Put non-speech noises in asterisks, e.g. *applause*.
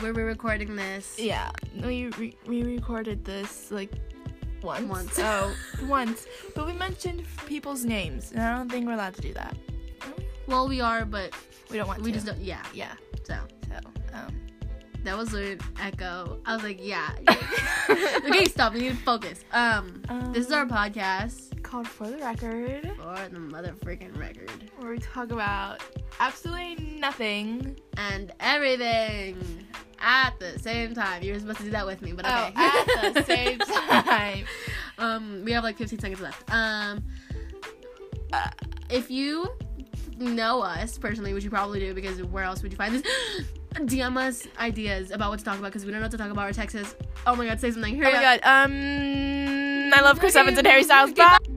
where we're recording this. *laughs* Yeah, we re- we recorded this like once. Once. *laughs* Oh, once. But we mentioned people's names, and I don't think we're allowed to do that. Well, we are, but We don't want we to. just don't. Yeah. Yeah. So So, um, that was an echo. I was like, yeah. *laughs* okay, stop. We need to focus. Um, this is our Um, podcast called for the record, for the motherfucking record where we talk about absolutely nothing. and everything at the same time. You were supposed to do that with me, but okay. Oh, *laughs* at the same time. Um, we have like 15 seconds left. Um, uh, if you know us personally, which you probably do, because where else would you find this? *gasps* DM us ideas about what to talk about because we don't know what to talk about or text us. Oh my god, say something. Hurry Oh my up. god. Um, I love Chris Evans and Harry Styles. *laughs* Goodbye. Bye.